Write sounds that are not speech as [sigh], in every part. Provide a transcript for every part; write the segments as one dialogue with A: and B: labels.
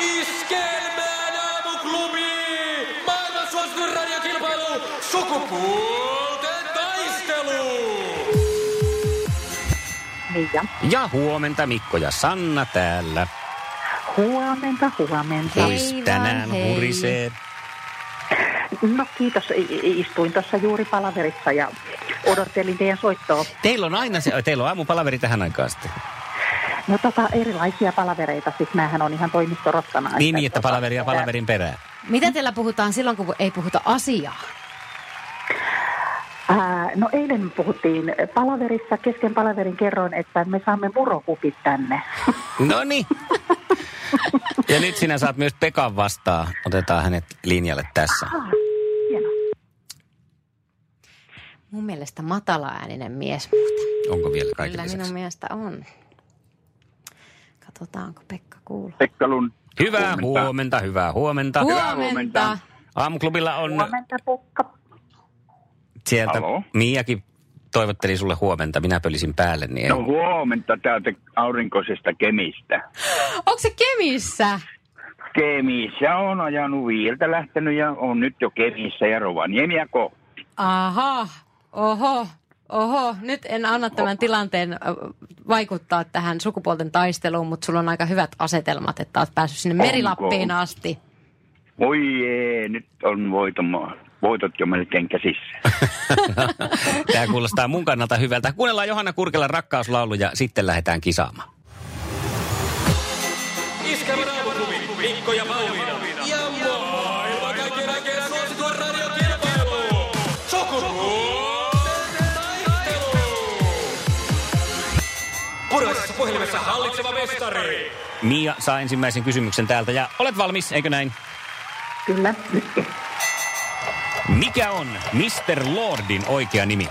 A: Iskelmään aamuklubi! Maailman suosituin radiokilpailu! Sukupuolten taistelu!
B: Mia.
C: Ja huomenta Mikko ja Sanna täällä.
B: Huomenta, huomenta.
D: Hei
C: Kuis
D: vaan,
C: tänään
D: hei.
C: hurisee. Niin.
B: No kiitos, I- i- istuin tuossa juuri palaverissa ja odottelin teidän soittoa.
C: Teillä on aina se, teillä on aamupalaveri tähän aikaan sitten.
B: No tota, erilaisia palavereita, siis näähän on ihan toimistorottana.
C: Niin, niin, että
B: tota,
C: palaveria palaverin perään.
D: Mitä teillä puhutaan silloin, kun ei puhuta asiaa?
B: Ää, no eilen puhuttiin palaverissa, kesken palaverin kerroin, että me saamme murokupit tänne.
C: No
D: [laughs]
C: niin. Ja nyt sinä saat myös Pekan vastaan. Otetaan hänet linjalle tässä.
B: Hieno.
D: Mun mielestä matalaääninen mies, mutta
C: Onko vielä kaiken
D: kyllä minun
C: lisäksi?
D: mielestä on. Katsotaanko Pekka kuuluu.
E: Pekka Lund.
C: Hyvää huomenta, hyvää huomenta.
D: Huomenta.
C: Aamuklubilla on
B: Huomenta, Pukka.
C: sieltä
E: Halo.
C: Miakin toivotteli sulle huomenta. Minä pölisin päälle, niin
E: No
C: en.
E: huomenta täältä aurinkoisesta Kemistä.
D: Onko se Kemissä?
E: Kemissä on ajanut viiltä lähtenyt ja on nyt jo Kemissä ja Rovaniemiä kohti.
D: Aha, oho, oho. Nyt en anna tämän tilanteen ö, vaikuttaa tähän sukupuolten taisteluun, mutta sulla on aika hyvät asetelmat, että oot päässyt sinne Merilappiin
E: Onko?
D: asti.
E: Voi jee, nyt on voitomaa. Voitot jo melkein käsissä.
C: Tämä kuulostaa mun kannalta hyvältä. Kuunnellaan Johanna Kurkelan rakkauslaulu ja sitten lähdetään kisaamaan.
A: Iskelmän aamuklubi! Mikko ja Pauliina. Ja maailman kaikkien aikeen suosituin radiokilpailu! Sukupuolten taistelu! Puraisessa puhelimessa hallitseva mestari!
C: Mia saa ensimmäisen kysymyksen täältä ja olet valmis, eikö näin?
B: Kyllä.
C: Mikä on Mr. Lordin oikea nimi?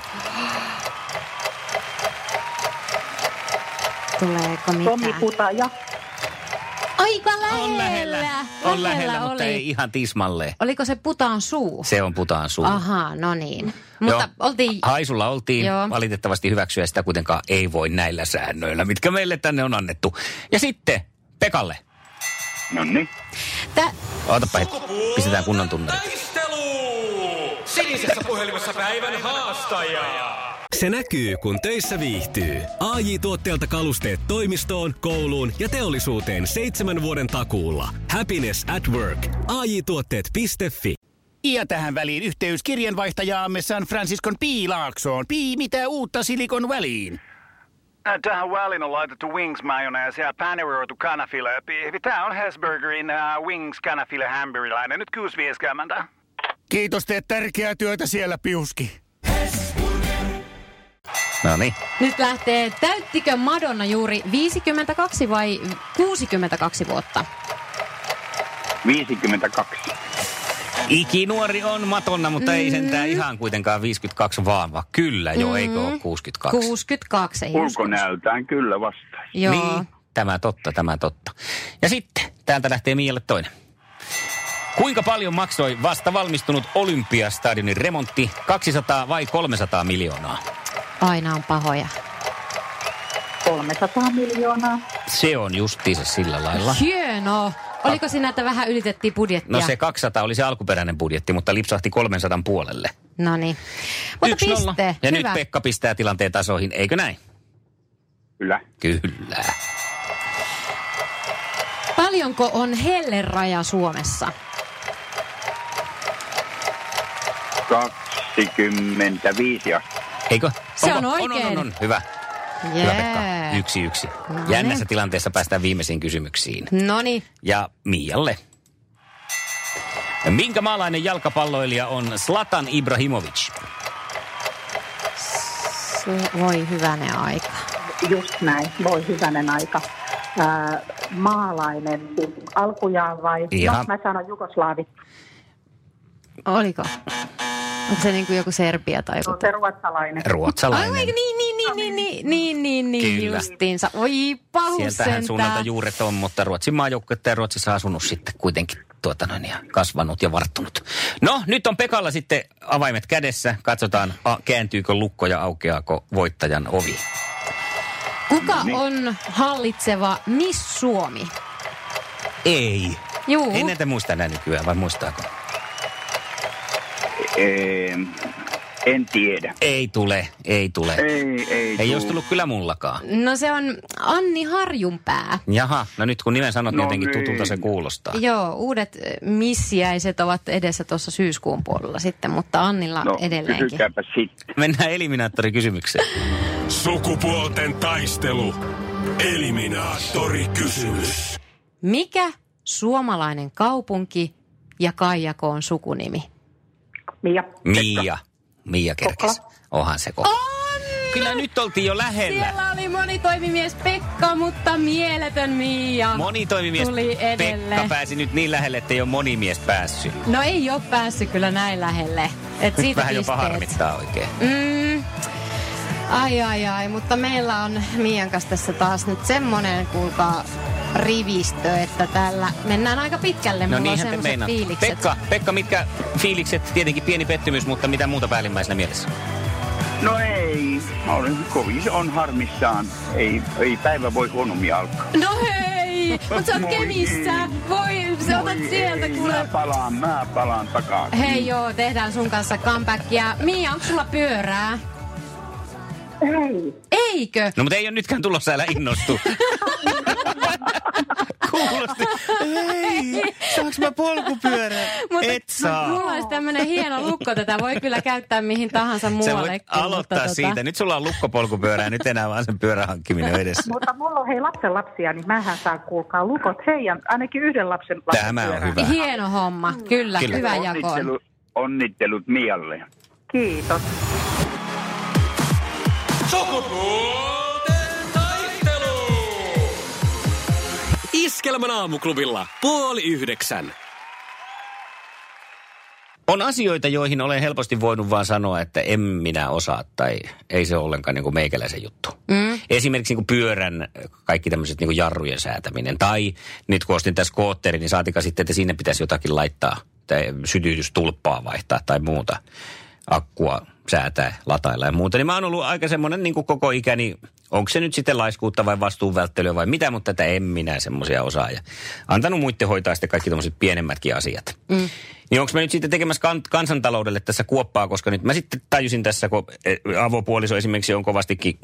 D: Tuleeko
B: Tomi
D: mitään?
B: Kutaja.
D: Aika lähellä.
C: On lähellä, mutta ei ihan tismalleen.
D: Oliko se putaan suu?
C: Se on putaan suu.
D: Ahaa, no niin. Mutta
C: Joo.
D: oltiin...
C: Haisulla oltiin. Joo.
D: Joo.
C: Valitettavasti hyväksyä sitä kuitenkaan ei voi näillä säännöillä, mitkä meille tänne on annettu. Ja sitten Pekalle.
E: No niin.
D: Tä...
C: Ootapa hetki. Pistetään kunnon tunnari.
A: Taistelu! Sinisessä puhelimessa päivän haastaja!
F: Se näkyy, kun töissä viihtyy. ai tuotteelta kalusteet toimistoon, kouluun ja teollisuuteen seitsemän vuoden takuulla. Happiness at work. ai tuotteetfi
G: Ja tähän väliin yhteys kirjanvaihtajaamme San Franciscon Piilaaksoon. Pii, mitä uutta Silikon väliin?
H: Tähän väliin on laitettu wings mayonnaise ja paneroitu kanafila. Tämä on Hesburgerin uh, wings kanafila hamburilainen. Nyt kuusi vieskäämäntä.
G: Kiitos, teet tärkeää työtä siellä, Piuski.
C: No niin.
D: Nyt lähtee, täyttikö Madonna juuri 52 vai 62 vuotta?
E: 52.
C: Ikinuori on matonna, mutta mm. ei sentään ihan kuitenkaan 52 vaan, vaan kyllä jo, mm. eikö ole 62?
D: 62. ei usko.
E: Ulkonäöltään kyllä vastaisi.
D: Joo.
C: Niin, tämä totta, tämä totta. Ja sitten, täältä lähtee Mialle toinen. Kuinka paljon maksoi vasta valmistunut Olympiastadionin remontti? 200 vai 300 miljoonaa?
D: Aina on pahoja.
B: 300 miljoonaa.
C: Se on justiinsa sillä lailla.
D: Hieno. Oliko siinä, että vähän ylitettiin budjettia?
C: Ah. No se 200 oli se alkuperäinen budjetti, mutta lipsahti 300 puolelle.
D: No niin. Mutta
C: 1-0.
D: piste.
C: Ja
D: Hyvä.
C: nyt Pekka pistää tilanteen tasoihin, eikö näin?
E: Kyllä.
C: Kyllä.
D: Paljonko on helleraja Suomessa?
E: 25 asti.
C: Eikö?
D: Se on
C: Onko? On, on,
D: oikein.
C: on, on. Hyvä. Hyvä Pekka. Yksi yksi.
D: No niin.
C: Jännässä tilanteessa päästään viimeisiin kysymyksiin.
D: No niin.
C: Ja Mialle. Minkä maalainen jalkapalloilija on Slatan Ibrahimovic?
D: Se- Voi hyvänen aika.
B: Just näin. Voi hyvänen aika. ää, maalainen, siis alkujaan vai?
C: Ihan.
B: No, mä sanon jugoslaavit.
D: Oliko? Onko se niin kuin joku Serbia tai
B: Se on
D: joku?
B: se ruotsalainen.
C: Ruotsalainen.
D: Ai, niin, niin, niin, niin, niin, niin, niin, niin,
C: Kyllä.
D: justiinsa. Oi, pahus
C: Sieltähän suunnalta
D: sentään.
C: juuret on, mutta Ruotsin maajoukkue ja Ruotsissa asunut sitten kuitenkin tuota noin, ja kasvanut ja varttunut. No, nyt on Pekalla sitten avaimet kädessä. Katsotaan, a, kääntyykö lukko ja aukeaako voittajan ovi.
D: Kuka
C: Niin.
D: on hallitseva Miss Suomi?
C: Ei.
D: Juu.
C: Ei näitä muista enää nykyään, vai muistaako?
E: Ee, en tiedä.
C: Ei tule, ei tule.
E: Ei, ei.
C: ei
E: tuu.
C: olisi tullut kyllä mullakaan.
D: No se on Anni Harjunpää.
C: Jaha, no nyt kun nimen sanot, niin
E: No
C: jotenkin
E: niin.
C: tutulta se kuulostaa.
D: Joo, uudet eh, missiäiset ovat edessä tuossa syyskuun puolella sitten, mutta Annilla
E: No,
D: edelleenkin.
E: kysykääpä sitten.
C: Mennään eliminaattorikysymykseen.
F: Sukupuolten taistelu. Eliminaattori kysymys.
D: Mikä suomalainen kaupunki ja Kaijakoon sukunimi?
B: Mia.
C: Mia. Mia kerkes. Onhan se koko. Kyllä nyt oltiin jo lähellä.
D: Siellä oli monitoimimies Pekka, mutta mieletön Miia.
C: Monitoimimies
D: Tuli edelle.
C: Pekka pääsi nyt niin lähelle, että ei ole monimies päässyt.
D: No ei ole päässyt kyllä näin lähelle. Et
C: Nyt
D: siitä
C: vähän jopa
D: pisteet.
C: harmittaa oikein. No
D: Mm. Ai ai ai, mutta meillä on Miian kanssa tässä taas nyt semmonen, kuulkaa, rivistö, että täällä mennään aika
C: No
D: pitkälle. Mulla on
C: niinhän te
D: semmoset
C: meinaatte.
D: fiilikset.
C: Pekka, Pekka, mitkä fiilikset? Tietenkin pieni pettymys, mutta mitä muuta päällimmäisenä mielessä?
E: No ei, mä olen kovin, on harmissaan. Ei, ei päivä voi huonommin alkaa.
D: No hei, mutta sä oot
E: Moi
D: Kemissä.
E: ei.
D: Voi, sä otat
E: Voi
D: sieltä
E: ei,
D: kuule.
E: Mä palaan, mä palaan takaa.
D: Hei joo, tehdään sun kanssa comebackia. Mia, onko sulla pyörää?
B: Hei,
D: Eikö?
C: No mutta ei ole nytkään tulossa, älä
D: [laughs]
C: innostu. Kuulosti. Hei, saanko mä polkupyörän?
D: Mutta
C: Et saa.
D: Mulla olisi tämmönen hieno lukko. Tätä voi kyllä käyttää mihin tahansa
C: Sä voit
D: muuallekin.
C: aloittaa
D: mutta tota-
C: siitä. Nyt sulla on lukkopolkupyörää, nyt enää vaan sen pyörän hankkiminen on edessä.
B: mutta mulla on hei lapsen lapsia, niin mähän saan kuulkaa lukot heidän, ainakin yhden lapsen lapsen
C: Tämä on
B: pyörään.
C: hyvä.
D: Hieno homma, kyllä,
C: Kyllä.
D: kyllä. hyvä jako. on.
E: Onnittelu, onnittelut Mialle.
B: Kiitos.
A: Sukupuolten taistelu!
F: Iskelmän aamuklubilla puoli yhdeksän.
C: On asioita, joihin olen helposti voinut vaan sanoa, että en minä osaa tai ei se ole ollenkaan niin kuin meikäläisen juttu.
D: Mm.
C: Esimerkiksi niin kuin pyörän äh, kaikki tämmöiset niin kuin jarrujen säätäminen. Tai nyt kun ostin tässä skootterin, niin saatika sitten, että sinne pitäisi jotakin laittaa. Tai sytytystulppaa vaihtaa tai muuta. Akkua säätää, latailla ja muuta. Niin mä oon ollut aika semmoinen niin kuin koko ikäni, onko se nyt sitten laiskuutta vai vastuunvälttelyä vai mitä, mutta tätä en minä semmoisia osaa. Ja antanut muiden hoitaa sitten kaikki tämmöiset pienemmätkin asiat. Mm. Niin onko mä nyt sitten tekemässä kan- kansantaloudelle tässä kuoppaa, koska nyt mä sitten tajusin tässä, kun eh, avopuoliso esimerkiksi on kovastikin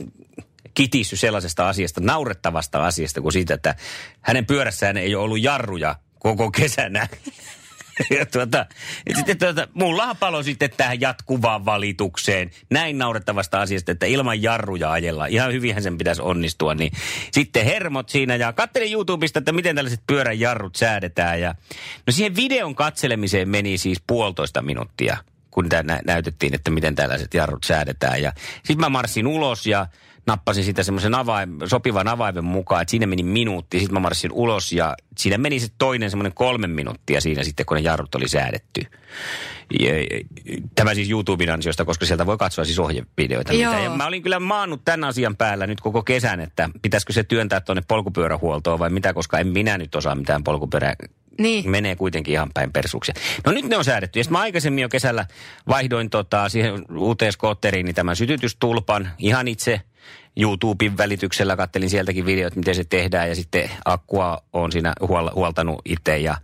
C: kitissy sellaisesta asiasta, naurettavasta asiasta kuin siitä, että hänen pyörässään ei ole ollut jarruja koko kesänä. [laughs] Ja tuota, ja sitten tuota, mullahan palo sitten tähän jatkuvaan valitukseen näin naurettavasta asiasta, että ilman jarruja ajella. Ihan hyvinhän sen pitäisi onnistua. Niin sitten hermot siinä ja katselin YouTubesta, että miten tällaiset pyörän jarrut säädetään. Ja, no siihen videon katselemiseen meni siis puolitoista minuuttia, kun tää nä- näytettiin, että miten tällaiset jarrut säädetään. Ja sitten mä marssin ulos ja nappasin sitä semmoisen avaim, sopivan avaimen mukaan, että siinä meni minuutti, sitten mä marssin ulos ja siinä meni se toinen semmoinen kolme minuuttia siinä sitten, kun ne jarrut oli säädetty. Ja, ja, tämä siis YouTuben ansiosta, koska sieltä voi katsoa siis ohjevideoita.
D: Joo.
C: Mitä. Ja mä olin kyllä maannut tämän asian päällä nyt koko kesän, että pitäisikö se työntää tuonne polkupyörähuoltoon vai mitä, koska en minä nyt osaa mitään polkupyörää
D: Niin.
C: menee kuitenkin ihan päin persuuksia. No nyt ne on säädetty. Ja sitten mä aikaisemmin jo kesällä vaihdoin tota, siihen uuteen skootteriin niin tämän sytytystulpan ihan itse YouTuben välityksellä. Kattelin sieltäkin videot, miten se tehdään ja sitten akkua on siinä huol- huoltanut itse ja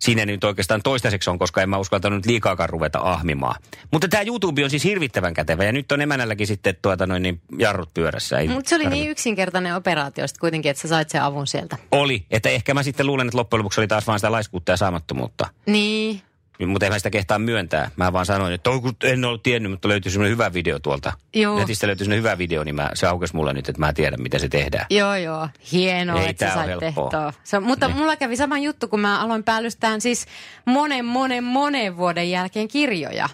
C: Siinä nyt oikeastaan toistaiseksi on, koska en mä uskaltanut liikaakaan ruveta ahmimaan. Mutta tämä YouTube on siis hirvittävän kätevä ja nyt on emänälläkin sitten tuota noin niin jarrut pyörässä. Ei
D: Mutta se oli
C: tarvi-
D: niin yksinkertainen operaatio sit kuitenkin, että sä sait sen avun sieltä.
C: Oli, että ehkä mä sitten luulen, että loppujen lopuksi oli taas vaan sitä laiskuutta ja saamattomuutta.
D: Niin,
C: Mutta en mä sitä kehtaa myöntää. Mä vaan sanoin, että "Oi, kun en ole tiennyt, mutta löytyy semmoinen hyvä video tuolta.
D: Joo.
C: Netistä löytyy semmoinen hyvä video, niin mä, se aukesi mulle nyt, että mä tiedän, miten se tehdään.
D: joo joo, hienoa,
C: Ei
D: että
C: tää
D: sä
C: oo
D: sait
C: helppoa.
D: tehtoa. Se, on- mutta
C: Niin.
D: mulla kävi sama juttu, kun mä aloin päällystään siis monen, monen, monen vuoden jälkeen kirjoja.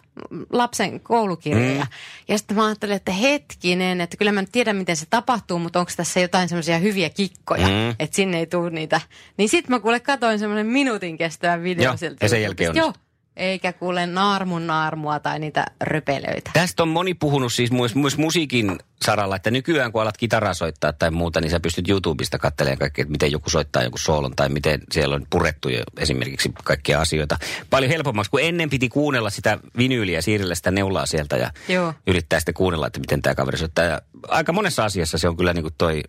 D: lapsen koulukirjoja. Mm. Ja sitten mä ajattelin, että hetkinen, että kyllä mä nyt tiedän, miten se tapahtuu, mutta onko tässä jotain semmoisia hyviä kikkoja, mm. että sinne ei tule niitä. Niin sitten mä kuule katoin semmoinen minuutin kestävän video
C: Joo,
D: sieltä.
C: ja sen jälkeen
D: YouTubesta. Joo, eikä kuule naarmun naarmua tai niitä röpelöitä.
C: Tästä on moni puhunut siis myös, myös musiikin saralla, että nykyään kun alat kitaraa soittaa tai muuta, niin sä pystyt YouTubesta katselemaan kaikkea, että miten joku soittaa joku soolon tai miten siellä on purettu jo esimerkiksi kaikkia asioita. Paljon helpommaksi, kun ennen piti kuunnella sitä vinyyliä, siirrellä sitä neulaa sieltä ja
D: Joo.
C: yrittää sitten kuunnella, että miten tämä kaveri soittaa. Ja aika monessa asiassa se on kyllä niin kuin toi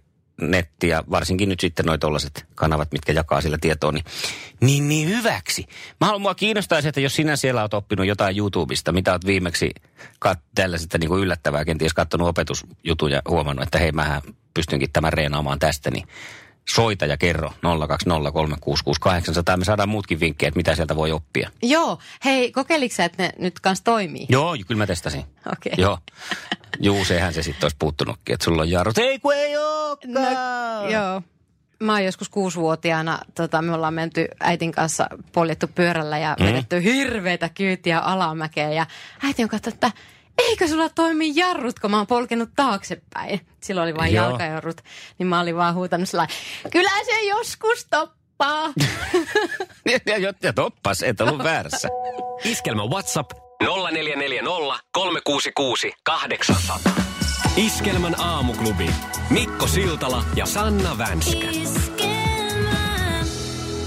C: netti ja varsinkin nyt sitten noi tollaset kanavat, mitkä jakaa sillä tietoa, niin, niin, niin hyväksi. Mä haluan, mua kiinnostaa se, että jos sinä siellä oot oppinut jotain YouTubesta, mitä oot viimeksi kat- tällaisesta niin kuin yllättävää, kenties katsonut opetusjutun ja huomannut, että hei, mähän pystynkin tämän reenaamaan tästä, niin soita ja kerro 020366800. Me saadaan muutkin vinkkejä, että mitä sieltä voi oppia.
D: Joo, hei, kokeiliko sä, että ne nyt kanssa toimii?
C: Joo, kyllä mä testasin.
D: Okei.
C: [laughs] Joo. Juu, sehän se sitten olisi puuttunutkin, että sulla on jarrut. Ei kun ei olekaan.
D: No, joo. Mä oon joskus kuusivuotiaana, tota, me ollaan menty äitin kanssa poljettu pyörällä ja mm. vedetty hirveitä kyytiä alamäkeen. Ja äiti on katsonut, että eikö sulla toimi jarrut, kun mä oon polkenut taaksepäin. Silloin oli vain
C: Joo.
D: jalkajarrut, niin mä olin vaan huutanut sillä lailla, kyllä se joskus toppaa. [laughs]
C: Ja, ja, ja, ja toppas, et ollut väärässä.
F: Iskelmä WhatsApp
A: 0440 366 800.
F: Iskelmän aamuklubi. Mikko Siltala ja Sanna Vänskä.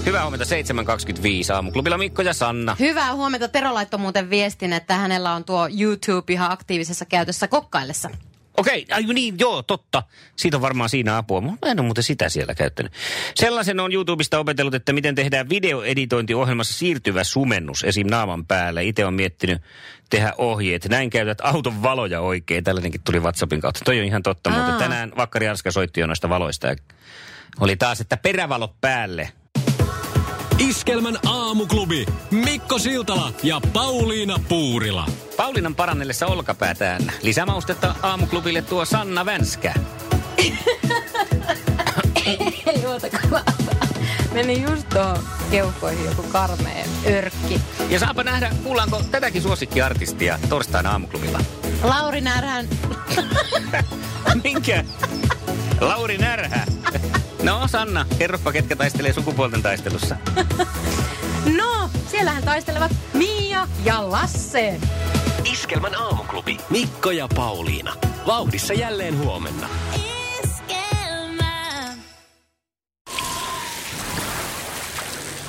C: Hyvää huomenta 7.25 aamuklubilla Mikko ja Sanna.
D: Hyvää huomenta. Tero laittoi muuten viestin, että hänellä on tuo YouTube ihan aktiivisessa käytössä kokkaillessa.
C: Okei, ai niin, joo, totta. Siitä on varmaan siinä apua. Mä en ole muuten sitä siellä käyttänyt. Sellaisen on YouTubesta opetellut, että miten tehdään videoeditointiohjelmassa siirtyvä sumennus esim. naaman päälle. Itse on miettinyt tehdä ohjeet. Näin käytät auton valoja oikein. Tällainenkin tuli WhatsAppin kautta. Toi on ihan totta, Aa.
D: Aa.
C: mutta tänään Vakkari Arska soitti jo noista valoista. Ja oli taas, että perävalo päälle.
F: Iskelmän aamuklubi. Mikko Siltala ja Pauliina Puurila.
C: Paulinan parannellessa olkapäätään. Lisämaustetta aamuklubille tuo Sanna Vänskä.
D: Ei oota, kun mä- [laughs] meni just tuohon keuhkoihin joku karmea örkki.
C: Ja saapa nähdä, kuullaanko tätäkin suosikkiartistia torstaina aamuklubilla.
D: Lauri Närhän,
C: Minkä? Lauri Närhä. No Sanna, kerropa ketkä taistelee sukupuolten taistelussa.
D: no siellähän taistelevat Mia ja Lasse.
F: Iskelmän aamuklubi. Mikko ja Pauliina. Vauhdissa jälleen huomenna.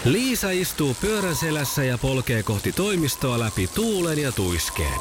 F: Liisa istuu pyörän selässä ja polkee kohti toimistoa läpi tuulen ja tuiskeen.